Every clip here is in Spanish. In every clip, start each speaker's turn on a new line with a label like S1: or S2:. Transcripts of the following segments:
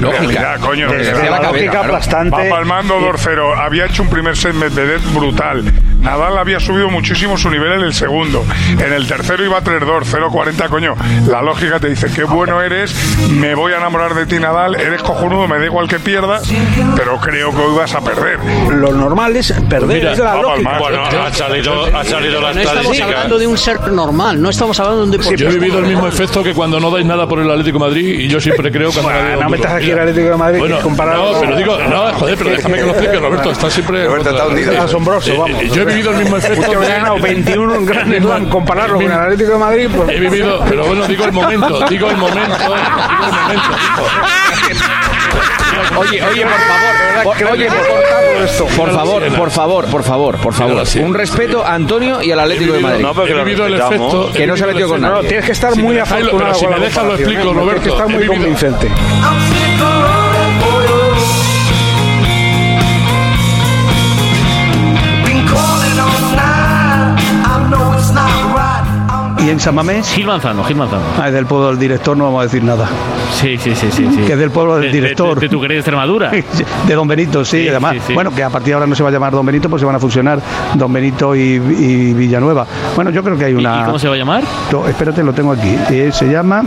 S1: No,
S2: Realidad,
S1: pica.
S2: coño.
S1: Desde
S2: Desde
S1: la
S2: la
S1: cabeza,
S2: lógica
S1: claro.
S2: Va
S3: aplastante.
S4: Eh,
S2: palmando 2-0. Había hecho un primer set Medvedev brutal. Nadal había subido muchísimo su nivel en el segundo. En el tercero iba 3-2, 0-40, coño. La lógica te dice, qué bueno eres, me voy a enamorar de ti, Nadal, eres cojonudo, me da igual que pierdas, pero creo que hoy vas a perder. Pues
S3: Lo normal es perder.
S1: Pues Mira,
S3: es la
S2: va
S3: lógica.
S2: palmar.
S5: Bueno, ha salido, ha salido la
S6: No estamos
S5: estadística.
S6: hablando de un ser normal, no estamos hablando de un deportista.
S1: Yo he vivido el mismo efecto que cuando no dais nada por el Atlético de Madrid y yo siempre creo que... han
S3: Bueno,
S1: ganado
S3: no
S1: duro.
S3: metas aquí
S1: Mira.
S3: al Atlético de Madrid,
S1: Bueno,
S3: que comparado-
S1: no, pero digo, no, joder, pero déjame que lo explique, Roberto, está siempre...
S5: Roberto, está hundido.
S1: Eh,
S3: Asombroso,
S1: eh,
S3: vamos.
S1: Yo he vivido el mismo efecto...
S3: Usted ha ganado 21 en Gran Slam, compararlo con el Atlético de Madrid, pues
S1: He vivido, pero bueno, digo el momento, digo el momento, digo el momento.
S7: Oye, oye, por favor. por-
S3: creo
S7: oye,
S3: que
S7: por-
S3: cortarlo esto.
S7: por favor, por favor, por favor, por favor.
S1: Mírala, sí.
S7: Un respeto a Antonio y al Atlético de Madrid.
S5: no, pero
S1: He
S5: que lo
S1: vivido el
S5: respetamos.
S1: efecto...
S7: Que no se ha
S1: he
S7: metido
S1: vivido
S7: con
S1: el
S7: nadie.
S3: No, tienes que estar
S1: Si
S3: muy
S1: me dejáis lo-
S3: afortunado
S1: pero si
S3: con
S1: me
S3: la
S1: dejas lo
S3: comparación,
S1: explico,
S3: ¿eh? Tienes
S1: Roberto.
S3: que estar
S1: He
S3: muy
S1: vivido-
S3: convincente. ¿Y en San Mamés?
S6: Gil Manzano, Gil Manzano.
S3: Ah, es del pueblo del director, no vamos a decir nada.
S6: Sí, sí, sí, sí.
S3: Que es del pueblo del director.
S6: tu querida Extremadura.
S3: De Don Benito, sí,
S6: Sí,
S3: además.
S6: sí, sí.
S3: Bueno, que a partir de ahora no se va a llamar Don Benito, pues se van a fusionar Don Benito y, y Villanueva. Bueno, yo creo que hay una.
S6: va a llamar?
S3: No, espérate, lo tengo aquí. Eh, se llama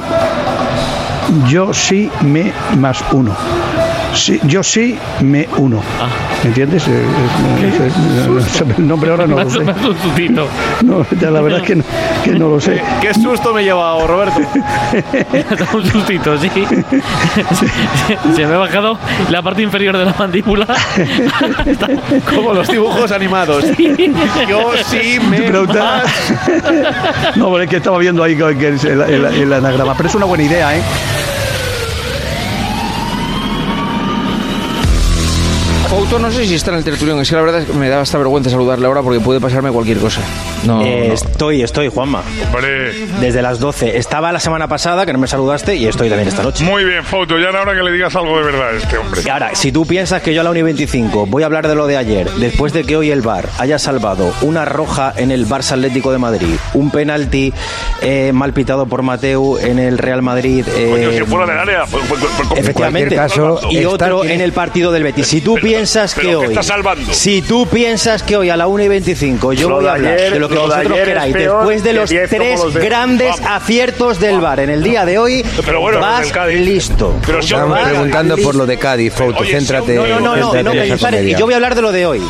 S3: Yo sí me más uno. Sí, yo sí me uno.
S6: Ah.
S3: ¿Entiendes? Eh, eh, no sé, no sé, el nombre ahora no lo sé.
S6: un tutito.
S3: No, ya la verdad es que no, que no lo sé.
S7: Qué susto me he llevado, Roberto.
S6: un sustito, sí. Se me ha bajado la parte inferior de la mandíbula.
S7: Como los dibujos animados. Yo sí me.
S4: Ah,
S3: Pregunta- No, pero es que estaba viendo ahí que- que es el, el- el anagrama. Pero es una buena idea, ¿eh?
S7: Couto, no sé si está en el tertulión. Es que la verdad es que me da hasta vergüenza saludarle ahora porque puede pasarme cualquier cosa. No.
S4: Eh, Estoy, estoy, Juanma.
S2: Hombre,
S4: Desde las 12. Estaba la semana pasada, que no me saludaste, y estoy también esta noche.
S2: muy bien, Foto, ya era hora que le digas algo de verdad a este hombre.
S4: Y ahora, si tú piensas que yo a la Uni 25 voy a hablar de lo de ayer, después de que hoy el VAR haya salvado una roja en el Barça Atlético de Madrid, un penalti eh, mal pitado por Mateu en el Real Madrid. eh,
S2: Coño, si fuera del área, pues, pues, pues, pues,
S4: Efectivamente.
S2: ¿qué está salvando?
S4: y
S2: Está-
S4: otro en el partido del Betis. Si tú
S2: Pero-
S4: piensas
S2: pero
S4: que
S2: ¿qué
S4: hoy.
S2: está salvando?
S4: Si tú piensas que hoy a la 1 y 25 yo
S8: Lo
S4: voy a
S8: de
S4: hablar
S8: ayer-
S4: de lo que
S8: lo de
S4: vosotros
S8: ayer es
S4: queráis,
S8: peor
S4: después de
S8: que
S4: los
S8: diez como
S4: tres
S8: los de-
S4: grandes
S2: Vamos.
S4: aciertos del VAR en el día de hoy,
S2: Pero bueno, los
S4: vas
S2: del Cádiz.
S4: listo.
S2: Pero si
S4: Vas
S2: aún-
S9: preguntando por lo de Cádiz, Fouto,
S2: Oye,
S9: céntrate.
S2: sí,
S4: no, no, no, no,
S9: céntrate
S4: no
S9: en
S4: me
S9: esa
S4: dispares. Y
S9: comedia.
S4: yo voy a hablar de lo de hoy,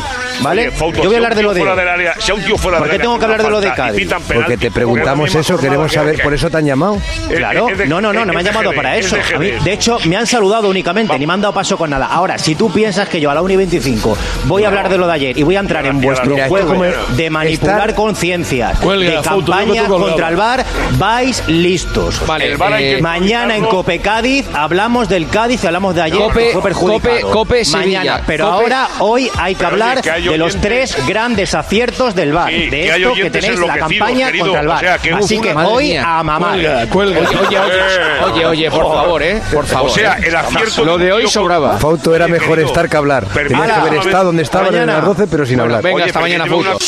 S4: ¿vale?
S2: Oye, Fouto,
S4: Yo voy
S2: si
S4: a hablar
S2: un
S4: de
S2: tío
S4: lo de
S2: fuera del
S4: hoy.
S2: área, si a un tío fuera del
S4: Porque
S2: área
S4: tengo que hablar de lo de
S2: falta y
S4: Cádiz.
S2: pitan penalti,
S9: Porque te
S2: porque es
S9: preguntamos
S2: la misma
S9: eso, queremos
S2: jornada
S9: saber,
S2: que-
S9: por eso te han llamado.
S4: Claro,
S2: Es de-
S4: no, no, no, no
S2: es
S4: me han
S2: de
S4: llamado
S2: GD,
S4: para
S2: es
S4: eso.
S2: de
S4: A mí,
S2: GD.
S4: de hecho, me han saludado únicamente, ni me han dado paso con nada. Ahora, si tú piensas que yo a la 1 y 25 voy a hablar de lo de ayer y voy a entrar en vuestro
S9: mira,
S4: juego
S9: mira.
S4: de manipular
S9: Está-
S4: conciencias,
S1: Cuelga,
S4: de
S1: Fouto, dime
S4: campaña
S1: que tú colgabas.
S4: contra el VAR, vais listos.
S7: Vale,
S2: El VAR hay
S7: eh,
S2: que-
S4: Mañana en Cope Cádiz hablamos del Cádiz, hablamos de ayer,
S7: Cope-
S4: que fue perjudicado.
S7: Cope- Cope Sevilla.
S4: Mañana, pero
S7: Cope-
S4: ahora, hoy hay que
S2: Pero oye,
S4: hablar
S2: que hay
S4: de los
S2: oyentes-
S4: tres grandes aciertos del VAR,
S2: Sí, que
S4: de
S2: hay
S4: esto que
S2: oyentes
S4: tenéis la
S2: enloquecidos,
S4: campaña
S2: querido,
S4: contra el
S2: o
S4: VAR.
S2: sea, que
S4: Así
S2: uf,
S4: que
S7: madre
S4: hoy
S7: mía.
S4: a mamar.
S1: Cuelga, cuelga.
S7: Oye, oye, oye,
S2: Eh.
S7: oye, oye,
S10: Oh.
S7: por favor, ¿eh? Por
S2: O
S7: favor.
S2: sea,
S7: ¿eh?
S2: el acierto.
S7: Lo de hoy sobraba.
S9: Fouto era mejor estar que hablar. Tenías que haber estado donde estaban en
S4: Mañana.
S9: las 12, pero sin
S7: Bueno,
S9: hablar.
S7: venga,
S2: Oye,
S7: hasta
S2: pero
S7: mañana,
S2: yo tengo
S7: Fouto.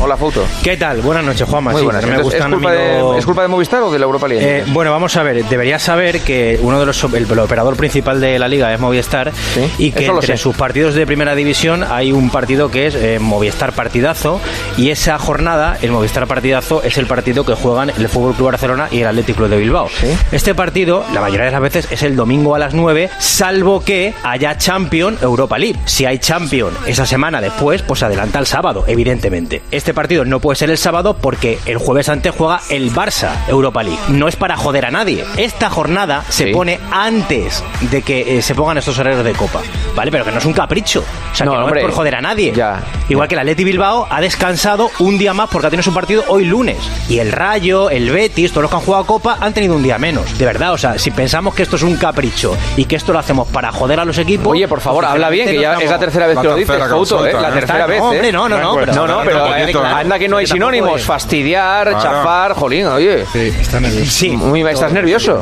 S8: Hola,
S3: la foto.
S4: ¿Qué tal? Buenas noches, Juanma.
S3: Muy
S4: Sí,
S3: buenas.
S4: me
S3: Entonces,
S4: gustan
S3: ¿es, culpa
S4: a mí
S3: de,
S4: los-
S3: ¿Es culpa de Movistar o de la Europa League?
S4: Eh, bueno, vamos a ver. Deberías saber que uno de los el, el operador principal de la liga es Movistar y que
S3: eso lo
S4: entre
S3: sé.
S4: sus partidos de primera división hay un partido que es eh, Movistar Partidazo y esa jornada, el Movistar Partidazo es el partido que juegan el Fútbol Club Barcelona y el Atlético Club de Bilbao. Este partido, la mayoría de las veces es el domingo a las 9, salvo que haya Champion Europa League. Si hay Champion esa semana después, pues adelanta el sábado, evidentemente. Este partido no puede ser el sábado porque el jueves antes juega el Barça Europa League. No es para joder a nadie. Esta jornada se pone antes de que eh, se pongan estos horarios de copa, ¿vale? Pero que no es un capricho. O sea,
S3: No,
S4: que no
S3: hombre,
S4: es por joder a nadie.
S3: ya.
S4: Igual que el Atleti Bilbao ha descansado un día más porque ha tenido su partido hoy lunes. Y el Rayo, el Betis, todos los que han jugado Copa han tenido un día menos. De verdad, o sea, si pensamos que esto es un capricho y que esto lo hacemos para joder a los equipos.
S3: Eh, Oye, por favor, habla bien, que ya es la tercera vez que lo dices, Couto, ¿eh? La tercera vez, ¿eh?
S4: No, hombre, no, no, no. pero-
S3: No, no, pero anda que no hay
S4: tampoco
S3: sinónimos.
S4: es-
S3: Fastidiar, chafar, jolín, oye. Sí, está nervioso.
S4: Sí.
S3: Muy, ¿Estás nervioso?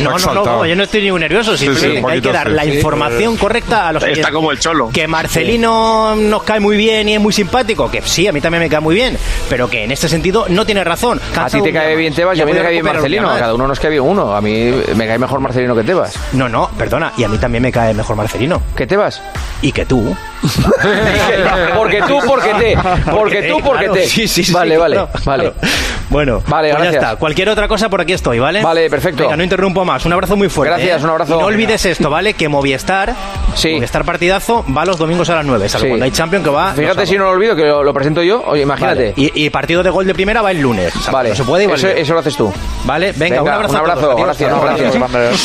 S4: No, no, no, yo no estoy ni nervioso,
S3: Sí, sí, un
S4: simplemente que hay que
S3: poquito,
S4: dar
S3: sí.
S4: la
S3: Sí,
S4: información
S3: eh,
S4: correcta a los
S3: está
S4: oyentes.
S3: como el Cholo.
S4: Que Marcelino nos cae muy bien y es muy simpático, que sí, a mí también me cae muy bien, pero que en este sentido no tiene razón.
S3: A ti te cae bien Tebas y a mí me cae bien Marcelino. A cada uno nos cae bien uno. A mí me cae mejor Marcelino que Tebas.
S4: No, no, perdona, y a mí también me cae mejor Marcelino.
S3: ¿Que Tebas?
S4: Y que tú.
S3: Porque tú, porque te. Porque tú, porque
S4: claro.
S3: te.
S4: Sí, sí, sí,
S3: Vale, vale,
S4: claro,
S3: vale.
S4: Bueno,
S3: Vale,
S4: pues ya
S3: gracias.
S4: está. Cualquier otra cosa por aquí estoy, ¿vale?
S3: Vale, perfecto.
S4: Venga, no interrumpo más. Un abrazo muy fuerte.
S3: Gracias,
S4: ¿eh?
S3: un abrazo.
S4: Y no olvides esto, ¿vale? Que Movistar, Movistar partidazo, va los domingos a las 9, salvo
S3: Sí.
S4: cuando hay Champion que va. los
S3: Fíjate
S4: sábados.
S3: si no lo olvido, que lo, lo presento yo. Oye, imagínate.
S4: Vale. Y, y partido de gol de primera va el lunes. O sea,
S3: Vale.
S4: no se puede igual.
S3: eso, eso lo haces tú.
S4: Vale, venga, un abrazo.
S3: Un
S4: a todos.
S3: abrazo,
S4: Adiós.
S3: gracias.
S4: Hasta luego.
S3: Un abrazo.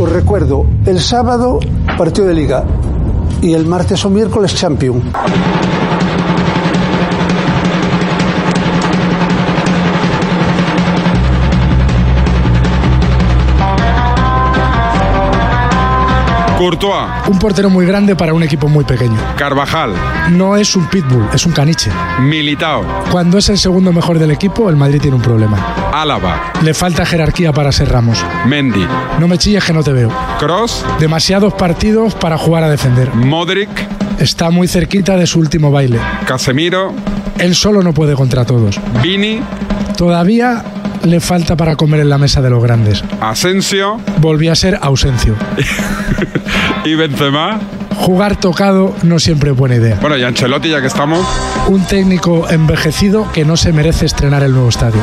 S11: Os recuerdo, el sábado partido de liga y el martes o miércoles champion.
S10: Courtois,
S1: Un portero muy grande para un equipo muy pequeño.
S10: Carvajal,
S1: No es un pitbull, es un caniche.
S10: Militao,
S1: Cuando es el segundo mejor del equipo, el Madrid tiene un problema.
S10: Álava,
S1: Le falta jerarquía para ser Ramos.
S10: Mendy,
S1: No me chilles que no te veo.
S10: Cross,
S1: Demasiados partidos para jugar a defender.
S10: Modric,
S1: Está muy cerquita de su último baile.
S10: Casemiro,
S1: Él solo no puede contra todos.
S10: Vini,
S1: Todavía le falta para comer en la mesa de los grandes.
S10: Asensio
S1: Volví a ser ausencio.
S10: y Benzema.
S1: Jugar tocado no siempre es buena idea.
S10: Bueno, y Ancelotti ya que estamos.
S1: Un técnico envejecido que no se merece estrenar el nuevo estadio.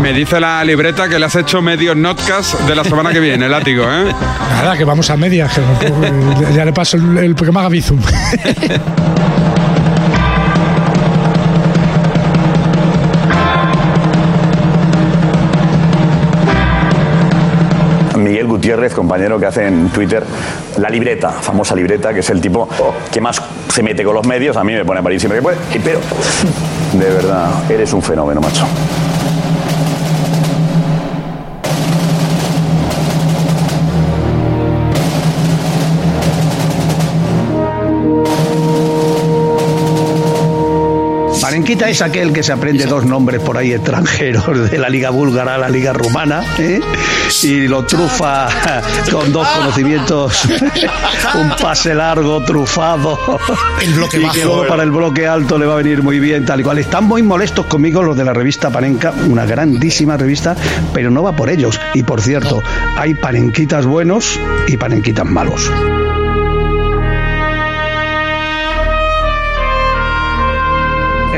S10: Me dice la libreta que le has hecho medio notcast de la semana que viene, el látigo, ¿eh?
S1: Nada, que vamos a medias, que no puedo- ya le paso el, el que me haga bizum.
S2: Miguel Gutiérrez, compañero que hace en Twitter la libreta, famosa libreta, que es el tipo que más se mete con los medios. A mí me pone a parir siempre que puede. Y Pero, de verdad, eres un fenómeno, macho.
S8: Parenquita es aquel que se aprende dos nombres por ahí extranjeros, de la liga búlgara a la liga rumana, ¿eh? y lo trufa con dos conocimientos, un pase largo, trufado, el
S12: bloque
S8: y
S12: bajo.
S8: que luego para el bloque alto le va a venir muy bien, tal y cual. Están muy molestos conmigo los de la revista Panenka, una grandísima revista, pero no va por ellos. Y por cierto, hay panenquitas buenos y panenquitas malos.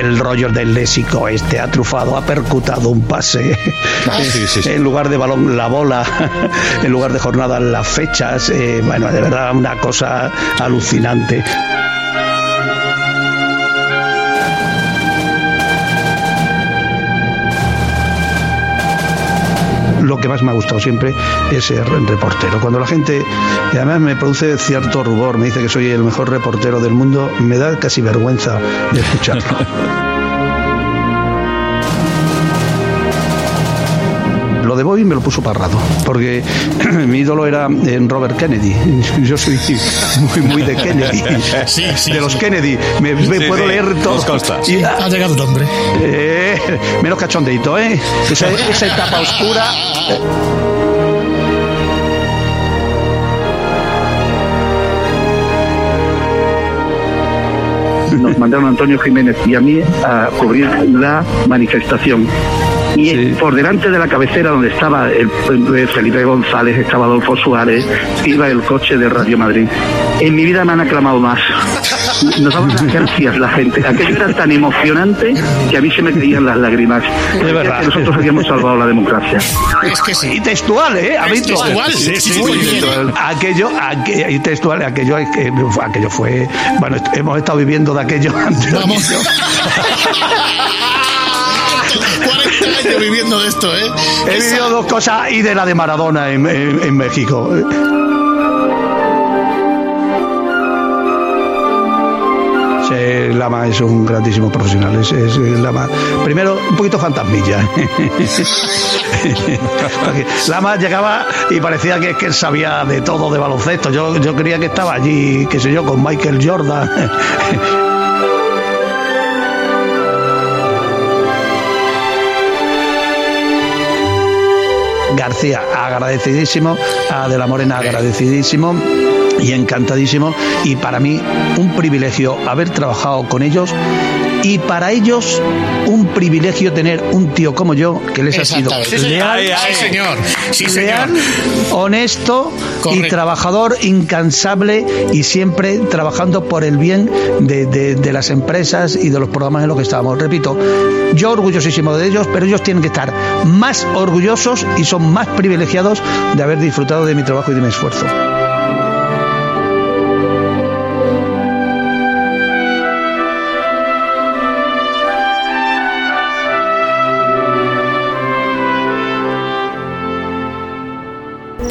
S8: el rollo del lésico este ha trufado, ha percutado un pase.
S13: Ah, sí, sí, sí.
S8: En lugar de balón, la bola. En lugar de jornada, las fechas. Eh, bueno, de verdad, una cosa alucinante. Lo que más me ha gustado siempre es el reportero. Cuando la gente, y además me produce cierto rubor, me dice que soy el mejor reportero del mundo, me da casi vergüenza de escucharlo. Lo lo de Bobby me lo puso parrado, porque mi ídolo era eh, Robert Kennedy. Yo soy muy, muy de Kennedy.
S14: Sí, sí,
S8: de los
S14: sí.
S8: Kennedy. Me, me
S14: Sí,
S8: puedo
S14: sí,
S8: leer
S14: nos
S8: todo.
S14: consta.
S8: Y-
S14: Ha llegado el hombre.
S8: Eh, menos cachondeito, ¿eh? Esa, esa etapa oscura.
S15: nos mandaron a Antonio Jiménez y a mí a cubrir la manifestación. Y por delante de la cabecera donde estaba el, el Felipe González, estaba Adolfo Suárez, iba el coche de Radio Madrid. En mi vida me han aclamado más. Nos daban las gracias la gente. Aquello era tan emocionante que a mí se me caían las lágrimas. Es verdad. Que nosotros habíamos salvado la democracia.
S8: Es que sí. Y textual, ¿eh? Amito.
S15: textual,
S8: Sí,
S15: sí,
S8: sí,
S15: muy
S8: sí.
S15: bien.
S8: Aquello, aquello, y textual, aquello, es que- aquello fue. Bueno, est- hemos estado viviendo de aquello antes.
S14: Vamos. 40 años viviendo de esto, ¿eh?
S8: He vivido dos cosas y de la de Maradona en, en- en México. Sí, Lama es un grandísimo profesional. Es, es Lama. Primero, un poquito fantasmilla. Porque Lama llegaba y parecía que, que él sabía de todo de baloncesto. Yo, yo creía que estaba allí, qué sé yo, con Michael Jordan. García, agradecidísimo, a De la Morena, agradecidísimo y encantadísimo. Y para mí, un privilegio haber trabajado con ellos. Y para ellos, un privilegio tener un tío como yo que les ha sido
S14: Exactamente. Sí,
S8: leal,
S14: ahí, ahí, señor. Sí, señor.
S8: leal, honesto y
S14: Correcto.
S8: trabajador incansable y siempre trabajando por el bien de, de- de las empresas y de los programas en los que estábamos. Repito, yo orgullosísimo de ellos, pero ellos tienen que estar más orgullosos y son más privilegiados de haber disfrutado de mi trabajo y de mi esfuerzo.